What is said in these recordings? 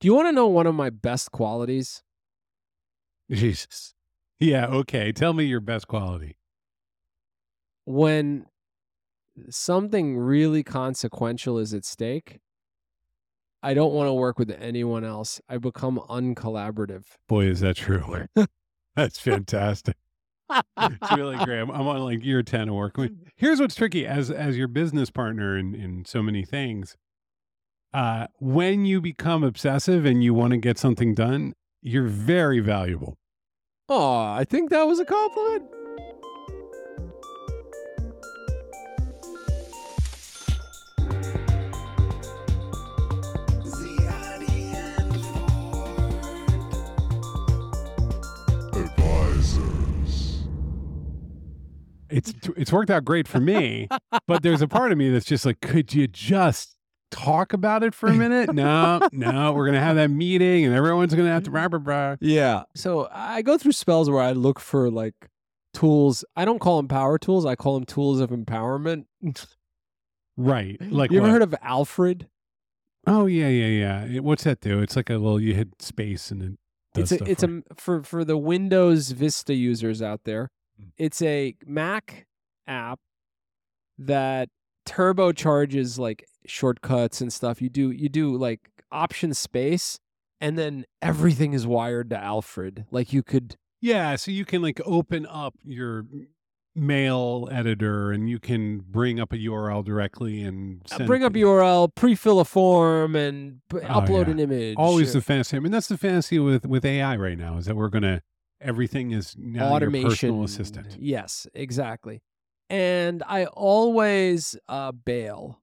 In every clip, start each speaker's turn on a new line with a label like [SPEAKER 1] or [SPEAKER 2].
[SPEAKER 1] Do you want to know one of my best qualities?
[SPEAKER 2] Jesus. Yeah. Okay. Tell me your best quality.
[SPEAKER 1] When something really consequential is at stake, I don't want to work with anyone else. I become uncollaborative.
[SPEAKER 2] Boy, is that true. That's fantastic. it's really great. I'm, I'm on like year 10 of work. I mean, here's what's tricky as as your business partner in, in so many things. Uh, when you become obsessive and you want to get something done, you're very valuable.
[SPEAKER 1] Oh, I think that was a compliment.
[SPEAKER 2] It's it's worked out great for me, but there's a part of me that's just like, could you just talk about it for a minute? No, no, we're gonna have that meeting and everyone's gonna have to blah blah blah.
[SPEAKER 1] Yeah. So I go through spells where I look for like tools. I don't call them power tools. I call them tools of empowerment.
[SPEAKER 2] Right. Like
[SPEAKER 1] you ever
[SPEAKER 2] what?
[SPEAKER 1] heard of Alfred?
[SPEAKER 2] Oh yeah, yeah, yeah. It- what's that do? It's like a little you hit space and it does
[SPEAKER 1] it's a
[SPEAKER 2] stuff
[SPEAKER 1] it's
[SPEAKER 2] for you.
[SPEAKER 1] a for for the Windows Vista users out there.
[SPEAKER 2] Mm.
[SPEAKER 1] It's a Mac app that turbocharges like shortcuts and stuff. You do you do like option space and then everything is wired to Alfred. Like you could
[SPEAKER 2] Yeah, so you can like open up your mail editor and you can bring up a URL directly and send
[SPEAKER 1] uh, bring up
[SPEAKER 2] it.
[SPEAKER 1] URL, pre-fill a form and p-
[SPEAKER 2] Oh,
[SPEAKER 1] upload
[SPEAKER 2] yeah.
[SPEAKER 1] an image.
[SPEAKER 2] always the fantasy. I mean, that's the fantasy with with AI right now is that we're gonna everything is now
[SPEAKER 1] automation
[SPEAKER 2] your personal assistant.
[SPEAKER 1] Yes, exactly. And I always uh, bail.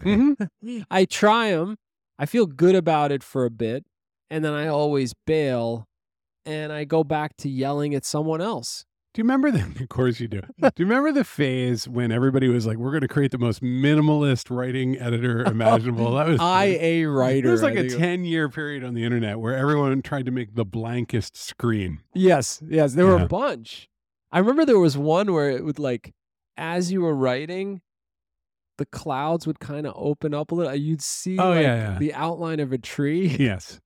[SPEAKER 2] Mm-hmm.
[SPEAKER 1] I try them. I feel good about it for a bit, and then I always bail, and I go back to yelling at someone else.
[SPEAKER 2] Do you remember the? Of course you do. Do you remember the phase when everybody was like, "We're going to create the most minimalist writing editor imaginable"? That was
[SPEAKER 1] I a writer.
[SPEAKER 2] There was like
[SPEAKER 1] I
[SPEAKER 2] a
[SPEAKER 1] think it-
[SPEAKER 2] ten-year period on the internet where everyone tried to make the blankest screen.
[SPEAKER 1] Yes, yes, there were
[SPEAKER 2] Yeah.
[SPEAKER 1] a bunch. I remember there was one where it would like, as you were writing, the clouds would kind of open up a little. You'd see
[SPEAKER 2] Oh,
[SPEAKER 1] like,
[SPEAKER 2] yeah, yeah.
[SPEAKER 1] the outline of a tree.
[SPEAKER 2] Yes.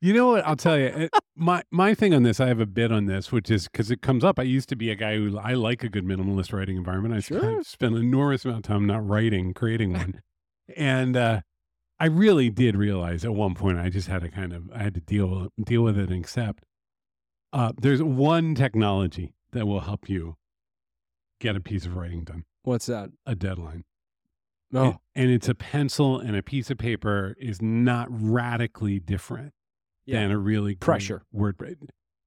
[SPEAKER 2] You know what? I'll tell you. It, my my thing on this, I have a bit on this, which is because it comes up. I used to be a guy who I like a good minimalist writing environment. I sp-
[SPEAKER 1] Sure.
[SPEAKER 2] spent an enormous amount of time not writing, creating one, and uh, I really did realize at one point I just had to kind of I had to deal deal with it and accept. Uh, there's one technology that will help you get a piece of writing done,
[SPEAKER 1] What's that? Oh,
[SPEAKER 2] a deadline.
[SPEAKER 1] No.
[SPEAKER 2] And- and it's a pencil and a piece of paper is not radically different
[SPEAKER 1] Yeah.
[SPEAKER 2] than a really great
[SPEAKER 1] Pressure.
[SPEAKER 2] word.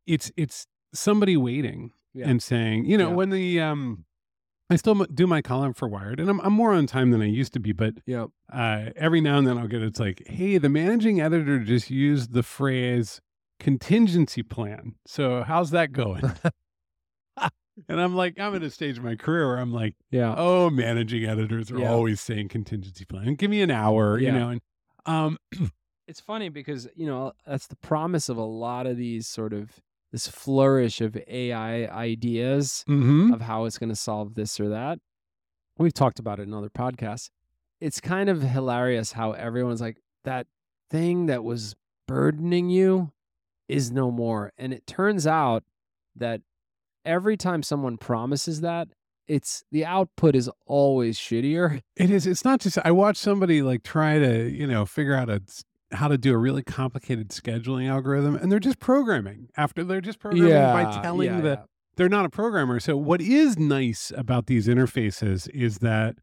[SPEAKER 2] It's it's somebody waiting
[SPEAKER 1] Yeah.
[SPEAKER 2] and saying, you know,
[SPEAKER 1] Yeah.
[SPEAKER 2] when the um, I still m- do my column for Wired, and I'm I'm more on time than I used to be, but
[SPEAKER 1] yeah.
[SPEAKER 2] uh, every now and then I'll get it's like, hey, the managing editor just used the phrase contingency plan. So how's that going? and I'm like, I'm at a stage of my career where I'm like.
[SPEAKER 1] Yeah.
[SPEAKER 2] Oh, managing editors are
[SPEAKER 1] Yeah.
[SPEAKER 2] always saying contingency plan. Give me an hour,
[SPEAKER 1] Yeah.
[SPEAKER 2] you know. And um,
[SPEAKER 1] it's funny because you know that's the promise of a lot of these sort of this flourish of AI ideas
[SPEAKER 2] mhm.
[SPEAKER 1] of how it's going to solve this or that. We've talked about it in other podcasts. It's kind of hilarious how everyone's like that thing that was burdening you is no more. And it turns out that every time someone promises that, it's the output is always shittier.
[SPEAKER 2] it is. It's not just. I watched somebody like try to, you know, figure out a s- how to do a really complicated scheduling algorithm, and they're just programming after they're just programming by telling
[SPEAKER 1] yeah,
[SPEAKER 2] the
[SPEAKER 1] yeah.
[SPEAKER 2] they're not a programmer. So what is nice about these interfaces is that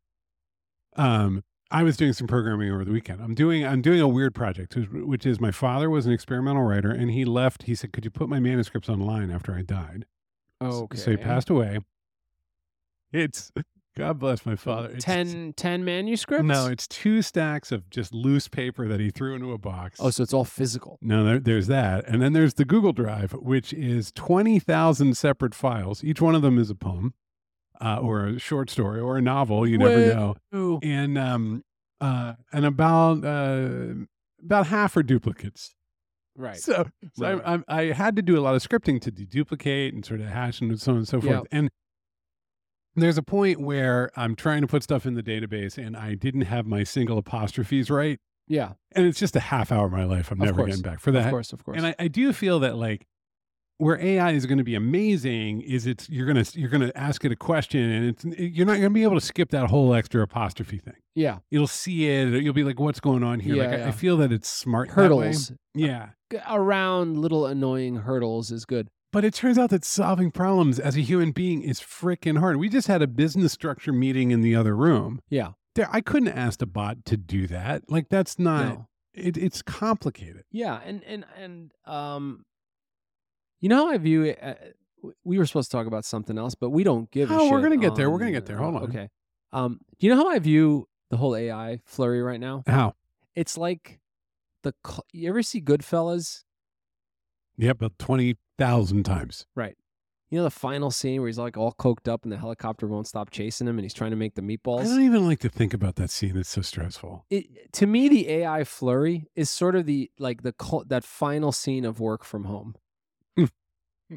[SPEAKER 2] um I was doing some programming over the weekend. I'm doing I'm doing a weird project, which- which is my father was an experimental writer and he left. He said, "Could you put my manuscripts online after I died?" S-
[SPEAKER 1] Okay.
[SPEAKER 2] So he passed away. It's God bless my father. It's,
[SPEAKER 1] 10, 10 manuscripts?
[SPEAKER 2] No, it's two stacks of just loose paper that he threw into a box.
[SPEAKER 1] Oh, so it's all physical.
[SPEAKER 2] No, there, there's that. And then there's the Google Drive, which is 20,000 separate files. Each one of them is a poem uh, or a short story or a novel. You never
[SPEAKER 1] Wait.
[SPEAKER 2] know. And, um, uh, and about, uh, about half are duplicates.
[SPEAKER 1] Right.
[SPEAKER 2] So, so
[SPEAKER 1] Right, right.
[SPEAKER 2] I'm, I'm, I had to do a lot of scripting to deduplicate and sort of hash and so on and so forth.
[SPEAKER 1] Yeah.
[SPEAKER 2] And there's a point where I'm trying to put stuff in the database and I didn't have my single apostrophes right.
[SPEAKER 1] Yeah.
[SPEAKER 2] And it's just a half hour of my life. I'm
[SPEAKER 1] Of
[SPEAKER 2] never
[SPEAKER 1] course.
[SPEAKER 2] getting back for
[SPEAKER 1] Of
[SPEAKER 2] that.
[SPEAKER 1] course, of course.
[SPEAKER 2] And I, I do feel that like where AI is going to be amazing is it's you're gonna you're gonna ask it a question and it's you're not gonna be able to skip that whole extra apostrophe thing.
[SPEAKER 1] yeah.
[SPEAKER 2] You'll see it. Or you'll be like, "What's going on here?"
[SPEAKER 1] Yeah,
[SPEAKER 2] like I, I
[SPEAKER 1] yeah.
[SPEAKER 2] feel that it's smart that way.
[SPEAKER 1] Hurdles. Uh,
[SPEAKER 2] Yeah,
[SPEAKER 1] G- Around little annoying hurdles is good.
[SPEAKER 2] but it turns out that solving problems as a human being is freaking hard. We just had a business structure meeting in the other room.
[SPEAKER 1] Yeah.
[SPEAKER 2] there I couldn't ask the bot to do that. Like that's not.
[SPEAKER 1] No.
[SPEAKER 2] It, it's complicated.
[SPEAKER 1] Yeah, and and and um, you know how I view it. Uh, w- we were supposed to talk about something else, but we don't give. a
[SPEAKER 2] Oh, we're
[SPEAKER 1] shit
[SPEAKER 2] gonna get there. We're
[SPEAKER 1] on,
[SPEAKER 2] gonna get there.
[SPEAKER 1] uh,
[SPEAKER 2] Hold on.
[SPEAKER 1] Okay. Um, do you know how I view the whole AI flurry right now?
[SPEAKER 2] How?
[SPEAKER 1] It's like the cl- you ever see Goodfellas?
[SPEAKER 2] Yep, about twenty thousand times.
[SPEAKER 1] You know the final scene where he's like all coked up and the helicopter won't stop chasing him, and he's trying to make the
[SPEAKER 2] I
[SPEAKER 1] meatballs.
[SPEAKER 2] don't even like to think about that scene. It's so stressful.
[SPEAKER 1] It, to me, the AI flurry is sort of the like the cl- that final scene of work from home.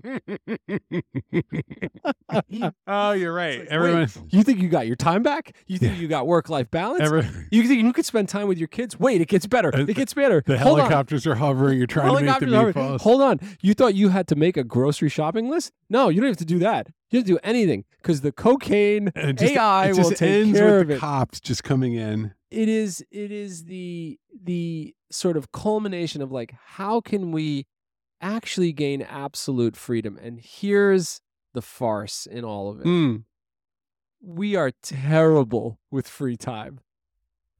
[SPEAKER 2] oh, you're right.
[SPEAKER 1] It's like,
[SPEAKER 2] everyone,
[SPEAKER 1] You think you got your time back? You think
[SPEAKER 2] Yeah.
[SPEAKER 1] you got work life balance?
[SPEAKER 2] every,
[SPEAKER 1] You think you could spend time with your kids? Wait, it gets better.
[SPEAKER 2] Uh,
[SPEAKER 1] It gets better.
[SPEAKER 2] the
[SPEAKER 1] Hold on.
[SPEAKER 2] helicopters are hovering. You're trying to make the
[SPEAKER 1] Helicopters are-
[SPEAKER 2] meatballs.
[SPEAKER 1] Hold on. You thought you had to make a grocery shopping list? No, you don't have to do that. You don't have to do anything because the cocaine
[SPEAKER 2] And it just,
[SPEAKER 1] AI
[SPEAKER 2] it
[SPEAKER 1] will
[SPEAKER 2] just
[SPEAKER 1] take
[SPEAKER 2] ends
[SPEAKER 1] care
[SPEAKER 2] with
[SPEAKER 1] of
[SPEAKER 2] the
[SPEAKER 1] it.
[SPEAKER 2] cops just coming in.
[SPEAKER 1] it is it is the the sort of culmination of like how can we actually gain absolute freedom? And here's the farce in all of it.
[SPEAKER 2] Mm.
[SPEAKER 1] We are terrible with free time.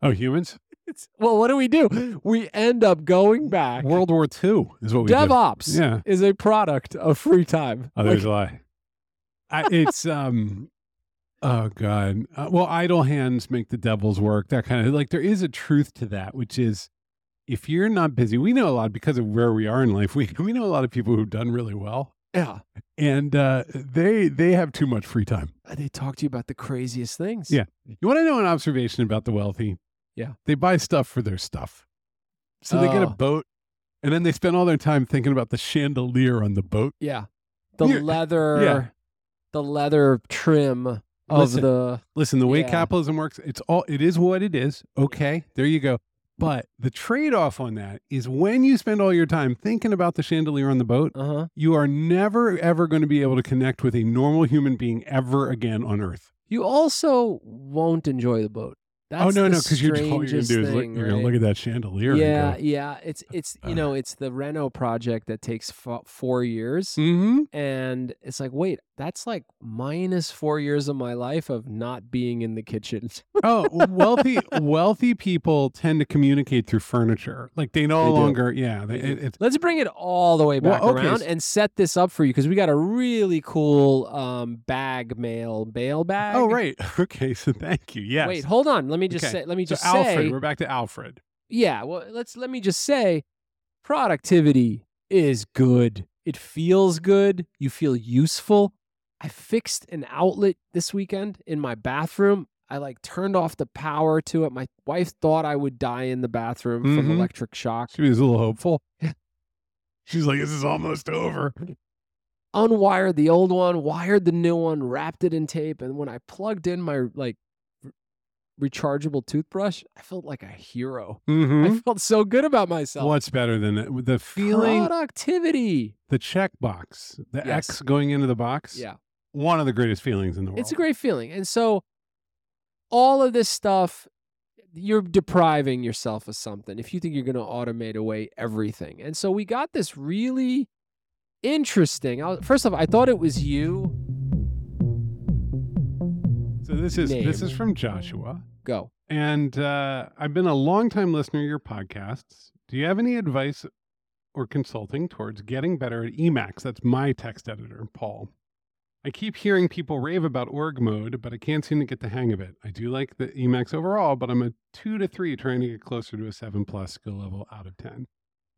[SPEAKER 2] Oh, humans!
[SPEAKER 1] It's, well, what do we do? We end up going back.
[SPEAKER 2] World War II is what we did.
[SPEAKER 1] DevOps
[SPEAKER 2] Yeah.
[SPEAKER 1] is a product of free time.
[SPEAKER 2] Oh,
[SPEAKER 1] Like,
[SPEAKER 2] there's a lie. I, it's um. Oh God. Uh, well, idle hands make the devil's work. That kind of like there is a truth to that, which is if you're not busy, we know a lot because of where we are in life. We we know a lot of people who've done really well,
[SPEAKER 1] yeah.
[SPEAKER 2] and uh, they they have too much free time.
[SPEAKER 1] uh, They talk to you about the craziest things.
[SPEAKER 2] Yeah. You want to know an observation about the wealthy?
[SPEAKER 1] Yeah.
[SPEAKER 2] They buy stuff for their stuff. So they get a
[SPEAKER 1] Oh.
[SPEAKER 2] boat and then they spend all their time thinking about the chandelier on the boat.
[SPEAKER 1] Yeah. The
[SPEAKER 2] You're-
[SPEAKER 1] leather
[SPEAKER 2] yeah.
[SPEAKER 1] the leather trim of
[SPEAKER 2] Listen,
[SPEAKER 1] the
[SPEAKER 2] Listen, the way
[SPEAKER 1] Yeah.
[SPEAKER 2] capitalism works, it's all it is what it is. Okay. There you go. But the trade-off on that is when you spend all your time thinking about the chandelier on the boat,
[SPEAKER 1] uh-huh.
[SPEAKER 2] you are never ever going to be able to connect with a normal human being ever again on earth.
[SPEAKER 1] You also won't enjoy the boat. That's
[SPEAKER 2] oh no,
[SPEAKER 1] the
[SPEAKER 2] no, because you're, all you're gonna
[SPEAKER 1] strangest
[SPEAKER 2] do is look,
[SPEAKER 1] thing,
[SPEAKER 2] you're gonna
[SPEAKER 1] right?
[SPEAKER 2] look at that chandelier.
[SPEAKER 1] yeah, yeah. It's it's
[SPEAKER 2] Uh.
[SPEAKER 1] you know it's the Reno project that takes fo- four years,
[SPEAKER 2] Mm-hmm.
[SPEAKER 1] and it's like wait, that's like minus four years of my life of not being in the kitchen.
[SPEAKER 2] oh, wealthy wealthy people tend to communicate through furniture. Like they no
[SPEAKER 1] They do.
[SPEAKER 2] longer, yeah. They,
[SPEAKER 1] They do.
[SPEAKER 2] it, it's
[SPEAKER 1] Let's bring it all the way
[SPEAKER 2] Well,
[SPEAKER 1] back
[SPEAKER 2] okay,
[SPEAKER 1] around
[SPEAKER 2] s-
[SPEAKER 1] and set this up for you because we got a really cool um, bag mail bail bag.
[SPEAKER 2] oh right, okay. So thank you. Yes.
[SPEAKER 1] Wait, hold on. Let me just
[SPEAKER 2] Okay.
[SPEAKER 1] say. Let me
[SPEAKER 2] so
[SPEAKER 1] just
[SPEAKER 2] Alfred,
[SPEAKER 1] say.
[SPEAKER 2] we're back to Alfred.
[SPEAKER 1] Yeah. Well, let's. Let me just say, productivity is good. It feels good. You feel useful. I fixed an outlet this weekend in my bathroom. I like turned off the power to it. My wife thought I would die in the bathroom from
[SPEAKER 2] Mhm.
[SPEAKER 1] electric shock.
[SPEAKER 2] She was a little hopeful. She's like, this is almost over.
[SPEAKER 1] unwired the old one, wired the new one, wrapped it in tape, and when I plugged in my like re- rechargeable toothbrush, I felt like a hero.
[SPEAKER 2] Mm-hmm.
[SPEAKER 1] I felt so good about myself.
[SPEAKER 2] What's better than that? the feeling?
[SPEAKER 1] productivity?
[SPEAKER 2] The checkbox, the
[SPEAKER 1] Yes.
[SPEAKER 2] X going into the box.
[SPEAKER 1] Yeah,
[SPEAKER 2] One of the greatest feelings in the world.
[SPEAKER 1] it's a great feeling. And so, all of this stuff, you're depriving yourself of something if you think you're going to automate away everything. And so, we got this really interesting. I, first off, I thought it was you.
[SPEAKER 2] So this is this
[SPEAKER 1] name.
[SPEAKER 2] is from Joshua.
[SPEAKER 1] Go.
[SPEAKER 2] And uh, I've been a longtime listener to your podcasts. Do you have any advice or consulting towards getting better at Emacs? That's my text editor, Paul. I keep hearing people rave about org mode, but I can't seem to get the hang of it. I do like the Emacs overall, but I'm a two to three trying to get closer to a seven plus skill level out of 10.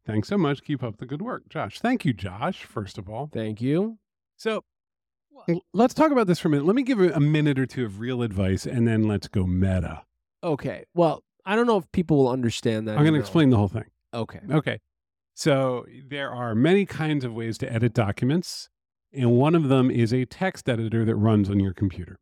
[SPEAKER 2] Thanks so much. Keep up the good work, Josh. Thank you, Josh, first of all.
[SPEAKER 1] Thank you.
[SPEAKER 2] So l- let's talk about this for a minute. Let me give a a minute or two of real advice and then let's go meta.
[SPEAKER 1] Okay. Well, I don't know if people will understand that.
[SPEAKER 2] I'm going to
[SPEAKER 1] email.
[SPEAKER 2] explain the whole thing.
[SPEAKER 1] Okay.
[SPEAKER 2] Okay. So there are many kinds of ways to edit documents, and one of them is a text editor that runs on your computer.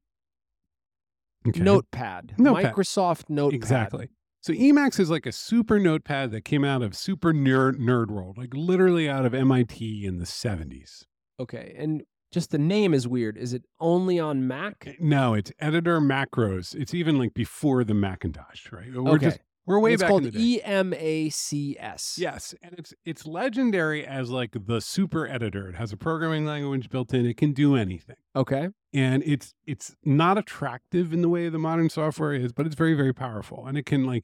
[SPEAKER 2] Okay.
[SPEAKER 1] Notepad.
[SPEAKER 2] Notepad.
[SPEAKER 1] Microsoft Notepad.
[SPEAKER 2] Exactly. So Emacs is like a super notepad that came out of super nerd, nerd world, like literally out of MIT in the 70s.
[SPEAKER 1] Okay. And just the name is weird. Is it only on Mac?
[SPEAKER 2] No, it's editor macros. It's even like before the Macintosh, right? We're
[SPEAKER 1] okay.
[SPEAKER 2] just we're way
[SPEAKER 1] it's
[SPEAKER 2] back in
[SPEAKER 1] called
[SPEAKER 2] the day.
[SPEAKER 1] E M A C S.
[SPEAKER 2] Yes, and it's it's legendary as like the super editor. It has a programming language built in. It can do anything,
[SPEAKER 1] Okay.
[SPEAKER 2] and it's it's not attractive in the way the modern software is, but it's very very powerful, and it can like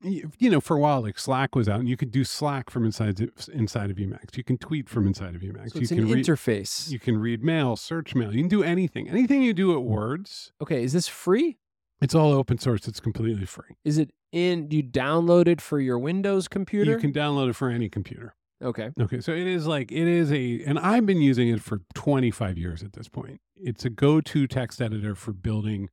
[SPEAKER 2] y- you know for a while like Slack was out, and you could do Slack from inside of- inside of Emacs. You can tweet from inside of Emacs.
[SPEAKER 1] So it's
[SPEAKER 2] you
[SPEAKER 1] an
[SPEAKER 2] can read
[SPEAKER 1] interface.
[SPEAKER 2] you can read mail, search mail. You can do anything. Anything you do at Words,
[SPEAKER 1] Okay. Is this free?
[SPEAKER 2] it's all open source. It's completely free.
[SPEAKER 1] Is it in? Do you download it for your Windows computer?
[SPEAKER 2] You can download it for any computer.
[SPEAKER 1] okay.
[SPEAKER 2] Okay, so it is like it is a, and I've been using it for 25 years at this point. It's a go-to text editor for building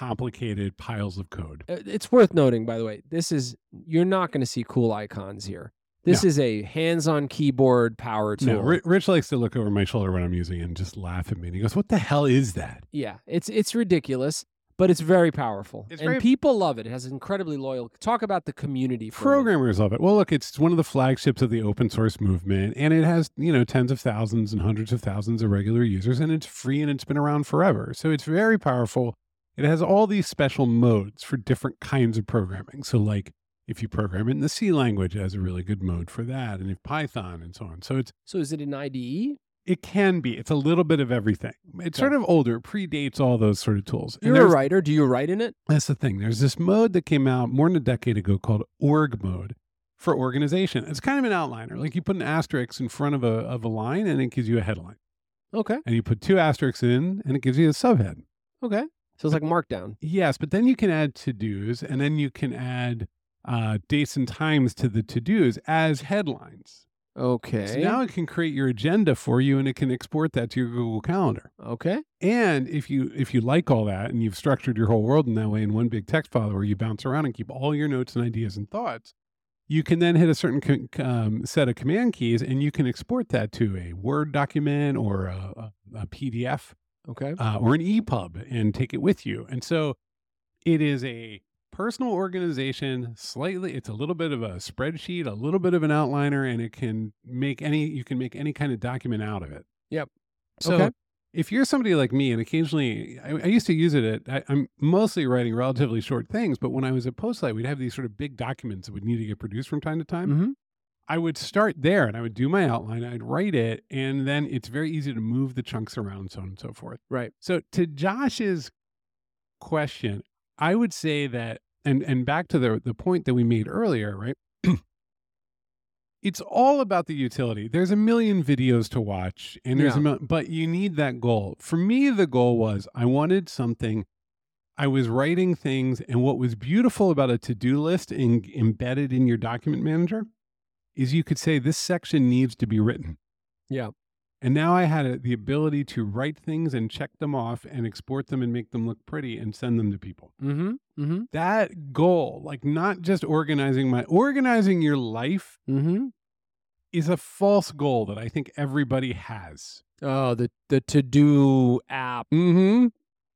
[SPEAKER 2] complicated piles of code.
[SPEAKER 1] Uh, It's worth noting, by the way, this is, you're not going to see cool icons here. This is a hands on keyboard power tool.
[SPEAKER 2] No, Ri- Rich likes to look over my shoulder when I'm using it and just laugh at me. And he goes, "What the hell is that?"
[SPEAKER 1] Yeah, it's it's ridiculous, but it's very powerful,
[SPEAKER 2] It's
[SPEAKER 1] and
[SPEAKER 2] very-
[SPEAKER 1] people love it. It has incredibly loyal. Talk about the community for a minute.
[SPEAKER 2] Programmers love it. Well, look, it's one of the flagships of the open source movement, and it has you know tens of thousands and hundreds of thousands of regular users, and it's free and it's been around forever. So it's very powerful. It has all these special modes for different kinds of programming. So like if you program it in the C language, it has a really good mode for that, and if Python and so on. So it's
[SPEAKER 1] So is it an E? IDE?
[SPEAKER 2] it can be. It's a little bit of everything. It's
[SPEAKER 1] Okay.
[SPEAKER 2] sort of older, predates all those sort of tools. And
[SPEAKER 1] You're a
[SPEAKER 2] there's-
[SPEAKER 1] writer. Do you write in it?
[SPEAKER 2] that's the thing. There's this mode that came out more than a decade ago called org mode for organization. It's kind of an outliner. Like you put an asterisk in front of a of a line and it gives you a headline.
[SPEAKER 1] Okay.
[SPEAKER 2] And you put two asterisks in and it gives you a subhead.
[SPEAKER 1] Okay. So it's like Markdown.
[SPEAKER 2] Yes, but then you can add to-dos and then you can add uh, dates and times to the to-dos as headlines.
[SPEAKER 1] Okay.
[SPEAKER 2] So now it can create your agenda for you and it can export that to your Google Calendar.
[SPEAKER 1] okay.
[SPEAKER 2] And if you if you like all that and you've structured your whole world in that way in one big text file where you bounce around and keep all your notes and ideas and thoughts, you can then hit a certain con- um, set of command keys and you can export that to a Word document or a, a, a PDF
[SPEAKER 1] Okay.
[SPEAKER 2] uh, or an EPUB and take it with you. And so it is a personal organization. Slightly, it's a little bit of a spreadsheet, a little bit of an outliner, and it can make any you can make any kind of document out of it.
[SPEAKER 1] Yep.
[SPEAKER 2] So
[SPEAKER 1] Okay.
[SPEAKER 2] if you're somebody like me, and occasionally I, I used to use it at, I, I'm mostly writing relatively short things, but when I was at Postlight, we'd have these sort of big documents that would need to get produced from time to time.
[SPEAKER 1] Mm-hmm.
[SPEAKER 2] I would start there and I would do my outline, I'd write it, and then it's very easy to move the chunks around, so on and so forth.
[SPEAKER 1] Right.
[SPEAKER 2] So to Josh's question, I would say that and and back to the the point that we made earlier, right? it's all about the utility. There's a million videos to watch and there's a
[SPEAKER 1] Yeah.
[SPEAKER 2] mil- but you need that goal. For me the goal was I wanted something I was writing things and what was beautiful about a to-do list in, embedded in your document manager is you could say this section needs to be written.
[SPEAKER 1] Yeah.
[SPEAKER 2] And now I had a, the ability to write things and check them off and export them and make them look pretty and send them to people.
[SPEAKER 1] Mm-hmm. Mm-hmm.
[SPEAKER 2] That goal, like not just organizing my organizing your life
[SPEAKER 1] Mm-hmm.
[SPEAKER 2] is a false goal that I think everybody has.
[SPEAKER 1] Oh, the the to do app. Mm-hmm.
[SPEAKER 2] Mhm.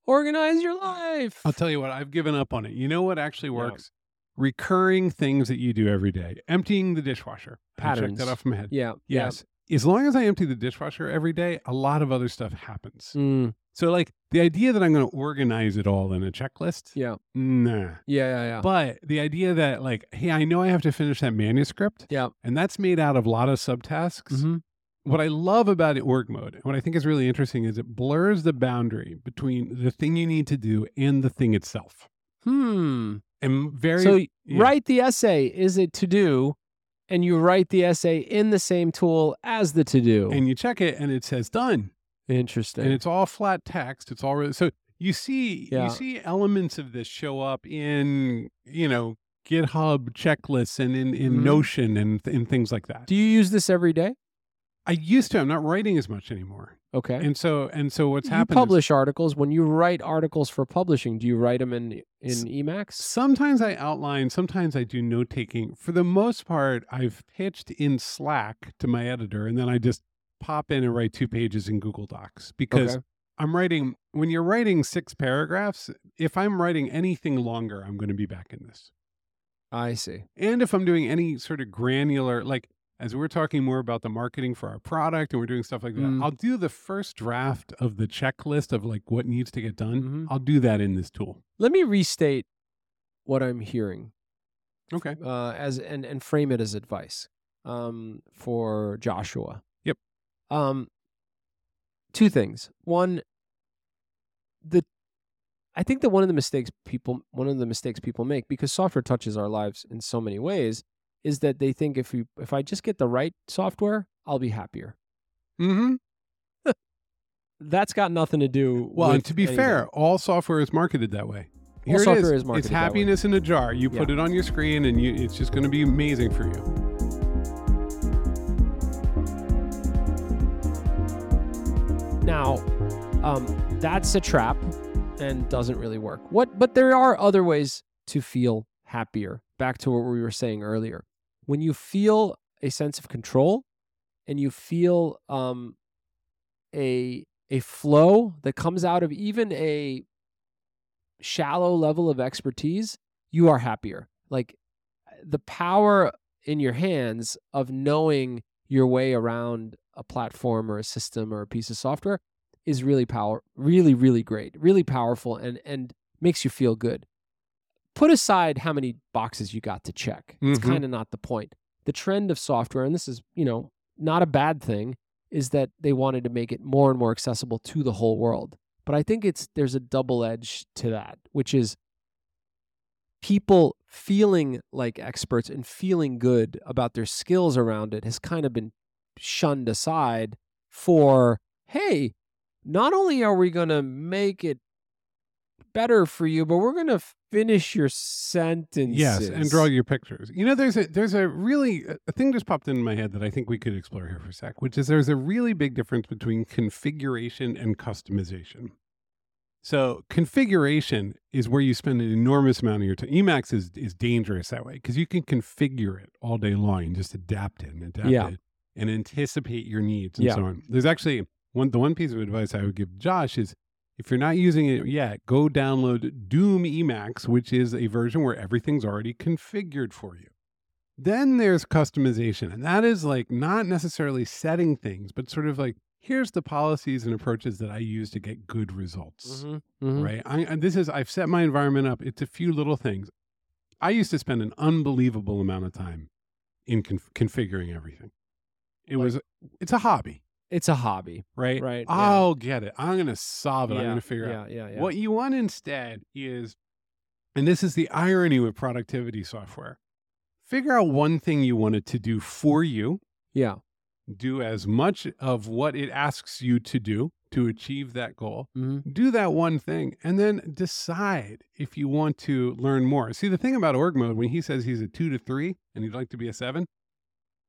[SPEAKER 1] Organize your life.
[SPEAKER 2] I'll tell you what, I've given up on it. You know what actually
[SPEAKER 1] Yeah.
[SPEAKER 2] works? Recurring things that you do every day. Emptying the dishwasher. Check
[SPEAKER 1] Patterns.
[SPEAKER 2] that off my head.
[SPEAKER 1] yeah. yeah.
[SPEAKER 2] Yes. As long as I empty the dishwasher every day, a lot of other stuff happens.
[SPEAKER 1] Mm,
[SPEAKER 2] So, like the idea that I'm going to organize it all in a checklist,
[SPEAKER 1] yeah.
[SPEAKER 2] nah.
[SPEAKER 1] Yeah. Yeah. Yeah.
[SPEAKER 2] But the idea that, like, hey, I know I have to finish that manuscript,
[SPEAKER 1] Yeah.
[SPEAKER 2] and that's made out of a lot of subtasks.
[SPEAKER 1] Mhm.
[SPEAKER 2] What I love about it, org mode, and what I think is really interesting is it blurs the boundary between the thing you need to do and the thing itself.
[SPEAKER 1] Hmm.
[SPEAKER 2] And very
[SPEAKER 1] So
[SPEAKER 2] yeah.
[SPEAKER 1] write the essay is it to do and you write the essay in the same tool as the to do
[SPEAKER 2] And you check it, and it says done.
[SPEAKER 1] interesting
[SPEAKER 2] and it's all flat text. It's all re- so you see
[SPEAKER 1] Yeah.
[SPEAKER 2] you see elements of this show up in you know GitHub checklists and in, in
[SPEAKER 1] Mhm.
[SPEAKER 2] Notion and th- and things like that.
[SPEAKER 1] do you use this every day
[SPEAKER 2] I used to. I'm not writing as much anymore,
[SPEAKER 1] okay
[SPEAKER 2] and so and so what's
[SPEAKER 1] you
[SPEAKER 2] happened? is
[SPEAKER 1] publish articles when you write articles for publishing do you write them in in
[SPEAKER 2] S-
[SPEAKER 1] emacs
[SPEAKER 2] sometimes I outline, sometimes I do note taking. For the most part, I've pitched in Slack to my editor, and then I just pop in and write two pages in Google Docs because
[SPEAKER 1] okay
[SPEAKER 2] I'm writing when you're writing six paragraphs, if I'm writing anything longer, I'm going to be back in this.
[SPEAKER 1] I see.
[SPEAKER 2] And if I'm doing any sort of granular, like as we're talking more about the marketing for our product and we're doing stuff like that,
[SPEAKER 1] Mm.
[SPEAKER 2] I'll do the first draft of the checklist of like what needs to get done.
[SPEAKER 1] Mhm.
[SPEAKER 2] I'll do that in this tool.
[SPEAKER 1] Let me restate what I'm hearing
[SPEAKER 2] Okay.
[SPEAKER 1] uh, as and and frame it as advice um, for Joshua.
[SPEAKER 2] Yep.
[SPEAKER 1] Um, two things. One, the I think that one of the mistakes people one of the mistakes people make because software touches our lives in so many ways is that they think if you if I just get the right software, I'll be happier.
[SPEAKER 2] Mm-hmm.
[SPEAKER 1] That's got nothing to do.
[SPEAKER 2] Well, and
[SPEAKER 1] with
[SPEAKER 2] to be
[SPEAKER 1] anything.
[SPEAKER 2] fair, all software is marketed that way.
[SPEAKER 1] All
[SPEAKER 2] Here it
[SPEAKER 1] software is
[SPEAKER 2] is.
[SPEAKER 1] marketed
[SPEAKER 2] it's
[SPEAKER 1] that way.
[SPEAKER 2] happiness in a jar. You put it on your screen, and you, it's just going to be amazing for you.
[SPEAKER 1] Now, um, that's a trap and doesn't really work. What? But there are other ways to feel happier. Back to what we were saying earlier. When you feel a sense of control and you feel um, a a flow that comes out of even a shallow level of expertise, you are happier. Like the power in your hands of knowing your way around a platform or a system or a piece of software is really power really really great really powerful and and makes you feel good put aside how many boxes you got to check it's
[SPEAKER 2] Mhm.
[SPEAKER 1] kind of not the point the trend of software and this is you know not a bad thing is that they wanted to make it more and more accessible to the whole world but i think it's there's a double edge to that which is people feeling like experts and feeling good about their skills around it has kind of been shunned aside for hey not only are we going to make it better for you but we're going to finish your sentences
[SPEAKER 2] Yes, and draw your pictures. You know, there's a there's a really a thing just popped into my head that I think we could explore here for a sec, which is there's a really big difference between configuration and customization. So configuration is where you spend an enormous amount of your time. Emacs is is dangerous that way because you can configure it all day long and just adapt it and adapt
[SPEAKER 1] Yeah.
[SPEAKER 2] it and anticipate your needs and
[SPEAKER 1] Yeah.
[SPEAKER 2] so on. There's actually one the one piece of advice I would give Josh is if you're not using it yet, go download Doom Emacs, which is a version where everything's already configured for you. Then there's customization, and that is like not necessarily setting things, but sort of like here's the policies and approaches that I use to get good results
[SPEAKER 1] Mhm, mhm.
[SPEAKER 2] right? I, and this is I've set my environment up. It's a few little things. I used to spend an unbelievable amount of time in conf- configuring everything. It
[SPEAKER 1] Like-
[SPEAKER 2] was it's a hobby,
[SPEAKER 1] it's a hobby
[SPEAKER 2] right?
[SPEAKER 1] Right, yeah.
[SPEAKER 2] I'll get it. I'm gonna solve it. I'm gonna figure out
[SPEAKER 1] yeah, yeah yeah
[SPEAKER 2] what you want instead is, and this is the irony with productivity software. Figure out one thing you want it to do for you.
[SPEAKER 1] yeah
[SPEAKER 2] Do as much of what it asks you to do to achieve that goal,
[SPEAKER 1] hmm
[SPEAKER 2] do that one thing and then decide if you want to learn more. See, the thing about org mode, when he says he's a two to three and he'd like to be a seven,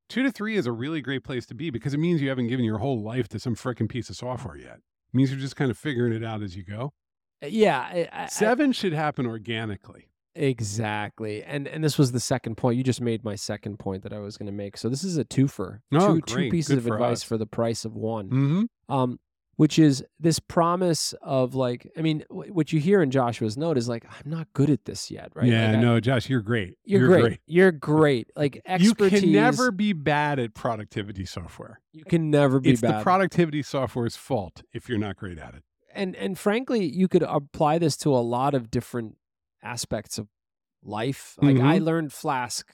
[SPEAKER 2] two to three is a really great place to be because it means you haven't given your whole life to some frickin' piece of software yet. It means you're just kind of figuring it out as you go.
[SPEAKER 1] yeah I- I- I-
[SPEAKER 2] Seven should happen organically.
[SPEAKER 1] Exactly. And and this was the second point. You just made my second point that I was going to make. So this is a twofer.
[SPEAKER 2] Oh,
[SPEAKER 1] two two
[SPEAKER 2] great.
[SPEAKER 1] pieces
[SPEAKER 2] Good
[SPEAKER 1] of
[SPEAKER 2] for
[SPEAKER 1] advice
[SPEAKER 2] us.
[SPEAKER 1] for the price of one
[SPEAKER 2] Mm-hmm.
[SPEAKER 1] um, which is this promise of like, I mean, wh- what you hear in Joshua's note is like, I'm not good at this yet, right?
[SPEAKER 2] Yeah,
[SPEAKER 1] Like, I-
[SPEAKER 2] no, Josh, you're great.
[SPEAKER 1] you're, great. You're great. Like expertise,
[SPEAKER 2] You can never be bad at productivity software.
[SPEAKER 1] you can never be
[SPEAKER 2] it's
[SPEAKER 1] bad.
[SPEAKER 2] the productivity software's fault if you're not great at it.
[SPEAKER 1] and and frankly, you could apply this to a lot of different aspects of life. Like
[SPEAKER 2] Mhm.
[SPEAKER 1] I learned Flask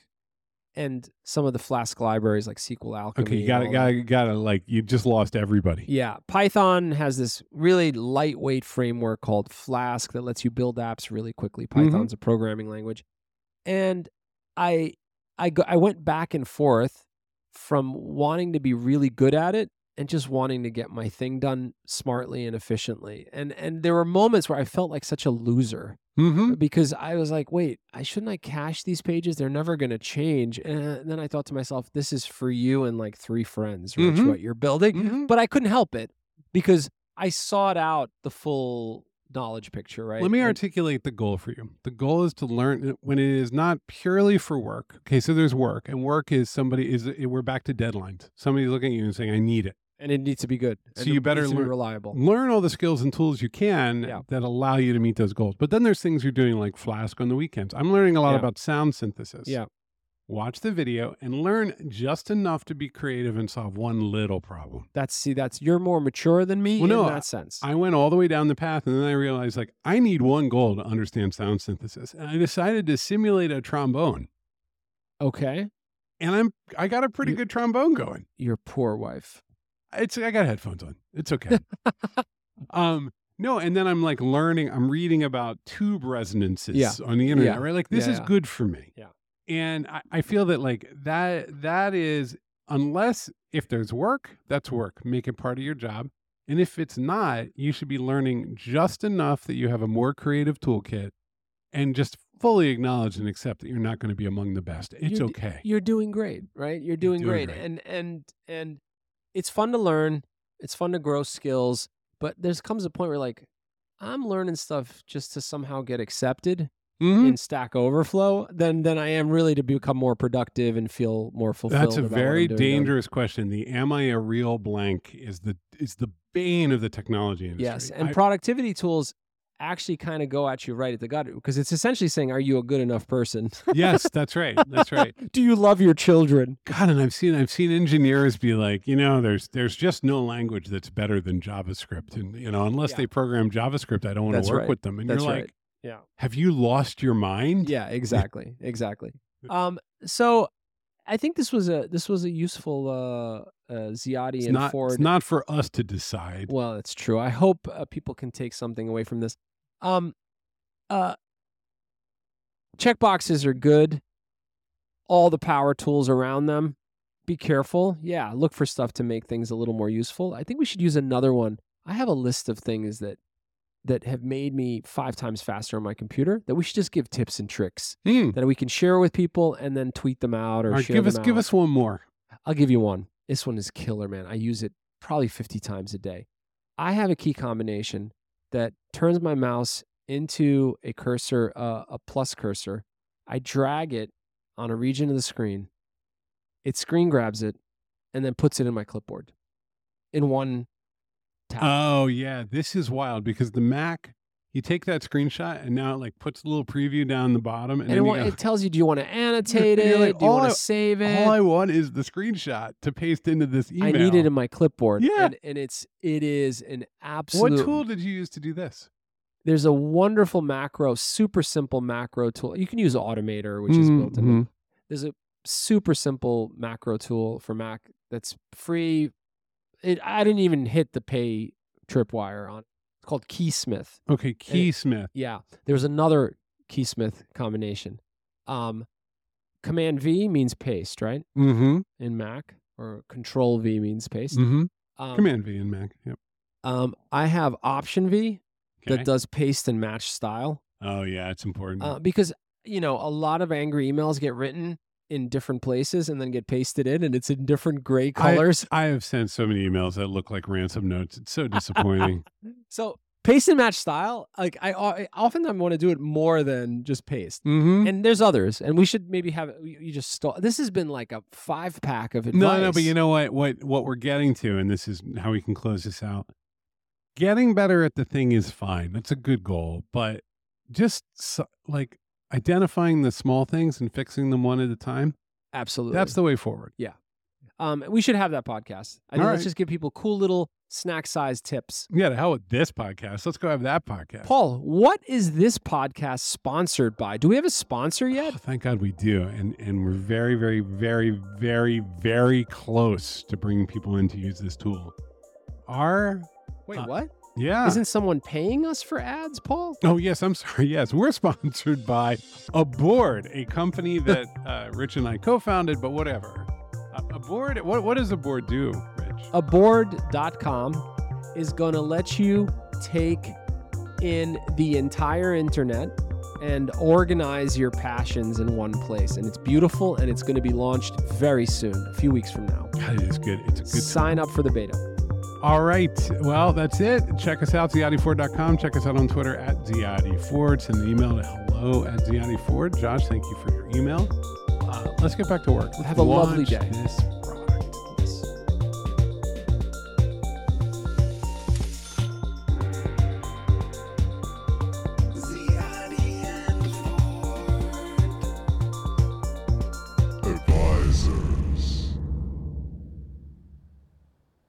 [SPEAKER 1] and some of the Flask libraries, like SQL Alchemy.
[SPEAKER 2] Okay, you
[SPEAKER 1] and
[SPEAKER 2] gotta,
[SPEAKER 1] all that.
[SPEAKER 2] gotta, gotta, like, you just lost everybody.
[SPEAKER 1] Yeah, Python has this really lightweight framework called Flask that lets you build apps really quickly.
[SPEAKER 2] Mhm.
[SPEAKER 1] Python's a programming language, and I I go, I went back and forth from wanting to be really good at it and just wanting to get my thing done smartly and efficiently. And and there were moments where I felt like such a loser
[SPEAKER 2] Mm-hmm.
[SPEAKER 1] because I was like, wait, I shouldn't I cache these pages? They're never going to change. And then I thought to myself, this is for you and like three friends, Rich,
[SPEAKER 2] Mhm.
[SPEAKER 1] what you're building
[SPEAKER 2] Mhm.
[SPEAKER 1] but I couldn't help it because I sought out the full knowledge picture, right?
[SPEAKER 2] Let me
[SPEAKER 1] And-
[SPEAKER 2] articulate the goal for you. The goal is to learn uh, when it is not purely for work. Okay, so there's work, and work is somebody is we're back to deadlines. Somebody's looking at you and saying, "I need it."
[SPEAKER 1] and it needs to be good.
[SPEAKER 2] So
[SPEAKER 1] and
[SPEAKER 2] you
[SPEAKER 1] it
[SPEAKER 2] better
[SPEAKER 1] needs to be
[SPEAKER 2] learn-
[SPEAKER 1] reliable.
[SPEAKER 2] Learn all the skills and tools you can
[SPEAKER 1] Yeah.
[SPEAKER 2] that allow you to meet those goals. But then there's things you're doing like Flask on the weekends. I'm learning a lot
[SPEAKER 1] Yeah.
[SPEAKER 2] about sound synthesis.
[SPEAKER 1] Yeah.
[SPEAKER 2] Watch the video and learn just enough to be creative and solve one little problem.
[SPEAKER 1] That's see, that's you're more mature than me
[SPEAKER 2] Well, no,
[SPEAKER 1] in that sense.
[SPEAKER 2] I went all the way down the path and then I realized like I need one goal to understand sound synthesis. And I decided to simulate a trombone.
[SPEAKER 1] okay,
[SPEAKER 2] And I'm I got a pretty
[SPEAKER 1] You-
[SPEAKER 2] good trombone going.
[SPEAKER 1] your poor wife.
[SPEAKER 2] It's I got headphones on. It's okay. um no, and then I'm like learning, I'm reading about tube resonances
[SPEAKER 1] Yeah.
[SPEAKER 2] on the internet,
[SPEAKER 1] Yeah.
[SPEAKER 2] right? Like this
[SPEAKER 1] Yeah,
[SPEAKER 2] is
[SPEAKER 1] yeah.
[SPEAKER 2] good for me.
[SPEAKER 1] Yeah.
[SPEAKER 2] And I, I feel that like that that is unless if there's work, that's work. Make it part of your job. And if it's not, you should be learning just enough that you have a more creative toolkit and just fully acknowledge and accept that you're not going to be among the best. It's
[SPEAKER 1] You're d-
[SPEAKER 2] okay.
[SPEAKER 1] You're doing great, right? You're doing,
[SPEAKER 2] doing
[SPEAKER 1] great.
[SPEAKER 2] great.
[SPEAKER 1] and and and it's fun to learn. It's fun to grow skills, but there's comes a point where like I'm learning stuff just to somehow get accepted
[SPEAKER 2] Mhm.
[SPEAKER 1] in Stack Overflow than than I am really to become more productive and feel more fulfilled.
[SPEAKER 2] That's a
[SPEAKER 1] about what
[SPEAKER 2] very
[SPEAKER 1] I'm doing.
[SPEAKER 2] dangerous question. The "Am I a real blank?" is the is the bane of the technology industry.
[SPEAKER 1] Yes, and
[SPEAKER 2] I-
[SPEAKER 1] productivity tools actually kind of go at you right at the gut because it's essentially saying, "Are you a good enough person?
[SPEAKER 2] yes, that's right. That's right.
[SPEAKER 1] Do you love your children?"
[SPEAKER 2] God, and I've seen I've seen engineers be like, you know, there's there's just no language that's better than JavaScript, and you know, unless
[SPEAKER 1] Yeah.
[SPEAKER 2] they program JavaScript, I don't want
[SPEAKER 1] That's
[SPEAKER 2] to work
[SPEAKER 1] right.
[SPEAKER 2] with them. And
[SPEAKER 1] That's
[SPEAKER 2] you're
[SPEAKER 1] right.
[SPEAKER 2] like,
[SPEAKER 1] Yeah.
[SPEAKER 2] have you lost your mind?
[SPEAKER 1] Yeah, exactly, exactly. Um, so I think this was a this was a useful uh, uh Ziotti
[SPEAKER 2] it's
[SPEAKER 1] and
[SPEAKER 2] not
[SPEAKER 1] Ford.
[SPEAKER 2] it's not for us to decide.
[SPEAKER 1] Well, it's true. I hope uh, people can take something away from this. Um, uh, check boxes are good. All the power tools around them. Be careful. Yeah, look for stuff to make things a little more useful. I think we should use another one. I have a list of things that that have made me five times faster on my computer that we should just give tips and tricks
[SPEAKER 2] Hmm.
[SPEAKER 1] that we can share with people and then tweet them out or
[SPEAKER 2] All right,
[SPEAKER 1] share
[SPEAKER 2] give us
[SPEAKER 1] them
[SPEAKER 2] give
[SPEAKER 1] out.
[SPEAKER 2] us one more.
[SPEAKER 1] I'll give you one. This one is killer, man. I use it probably 50 times a day. I have a key combination that turns my mouse into a cursor, uh, a plus cursor. I drag it on a region of the screen. It screen grabs it and then puts it in my clipboard in one tap.
[SPEAKER 2] Oh yeah, this is wild because the Mac, you take that screenshot and now it like puts a little preview down the bottom, and,
[SPEAKER 1] and it,
[SPEAKER 2] then
[SPEAKER 1] wa-
[SPEAKER 2] you
[SPEAKER 1] it tells you, do you want to annotate
[SPEAKER 2] And
[SPEAKER 1] it?
[SPEAKER 2] you're like,
[SPEAKER 1] do you
[SPEAKER 2] all
[SPEAKER 1] want
[SPEAKER 2] I-
[SPEAKER 1] to save
[SPEAKER 2] go,
[SPEAKER 1] it?
[SPEAKER 2] all I want is the screenshot to paste into this email.
[SPEAKER 1] I need it in my clipboard.
[SPEAKER 2] Yeah.
[SPEAKER 1] And, and it's, it is an absolute
[SPEAKER 2] What tool did you use to do this?
[SPEAKER 1] there's a wonderful macro, super simple macro tool. You can use Automator, which is built
[SPEAKER 2] Mm-hmm,
[SPEAKER 1] in. There's a super simple macro tool for Mac that's free. It I didn't even hit the pay tripwire on. It's called Keysmith.
[SPEAKER 2] Okay, Keysmith.
[SPEAKER 1] Yeah, there's another Keysmith combination. Um, Command V means paste, right?
[SPEAKER 2] Mm-hmm.
[SPEAKER 1] In Mac, or Control V means paste.
[SPEAKER 2] Mm-hmm.
[SPEAKER 1] Um,
[SPEAKER 2] Command V in Mac. Yep.
[SPEAKER 1] Um, I have Option V
[SPEAKER 2] Okay.
[SPEAKER 1] that does paste and match style.
[SPEAKER 2] oh yeah, it's important.
[SPEAKER 1] uh, because you know a lot of angry emails get written in different places and then get pasted in and it's in different gray colors
[SPEAKER 2] I have sent so many emails that look like ransom notes. It's so disappointing.
[SPEAKER 1] so paste and match style like i, I oftentimes want to do it more than just paste
[SPEAKER 2] mm-hmm.
[SPEAKER 1] and there's others and we should maybe have you you just stall this has been like a five pack of advice
[SPEAKER 2] No, no, but you know what? What what we're getting to, and this is how we can close this out. Getting better at the thing is fine. That's a good goal, but just so, like identifying the small things and fixing them one at a time.
[SPEAKER 1] absolutely
[SPEAKER 2] That's the way forward.
[SPEAKER 1] um we should have that podcast i think
[SPEAKER 2] All
[SPEAKER 1] let's
[SPEAKER 2] right.
[SPEAKER 1] just give people cool little snack size tips
[SPEAKER 2] Yeah, to hell with this podcast. Let's go have that podcast.
[SPEAKER 1] paul what is this podcast sponsored by do we have a sponsor yet
[SPEAKER 2] Oh, thank God we do, and and we're very, very, very, very, very close to bringing people in to use this tool. Our
[SPEAKER 1] wait
[SPEAKER 2] Uh,
[SPEAKER 1] what
[SPEAKER 2] yeah.
[SPEAKER 1] Isn't someone paying us for ads, Paul?
[SPEAKER 2] Oh, yes, I'm sorry. Yes, we're sponsored by Aboard, a company that uh, Rich and I co founded, but whatever. Uh, Aboard, what, what does Aboard do, Rich?
[SPEAKER 1] Aboard.com is going to let you take in the entire internet and organize your passions in one place. And it's beautiful and it's going to be launched very soon, a few weeks from now.
[SPEAKER 2] God, it is good. It's a good
[SPEAKER 1] Sign up for the beta.
[SPEAKER 2] All right. Well, that's it. Check us out, Ziadi4.com. Check us out on Twitter at Ziadi4. Send an email to hello at Ziadi4. Josh, thank you for your email. Uh, let's get back to work.
[SPEAKER 1] Have a lovely
[SPEAKER 2] Launch
[SPEAKER 1] day.
[SPEAKER 2] This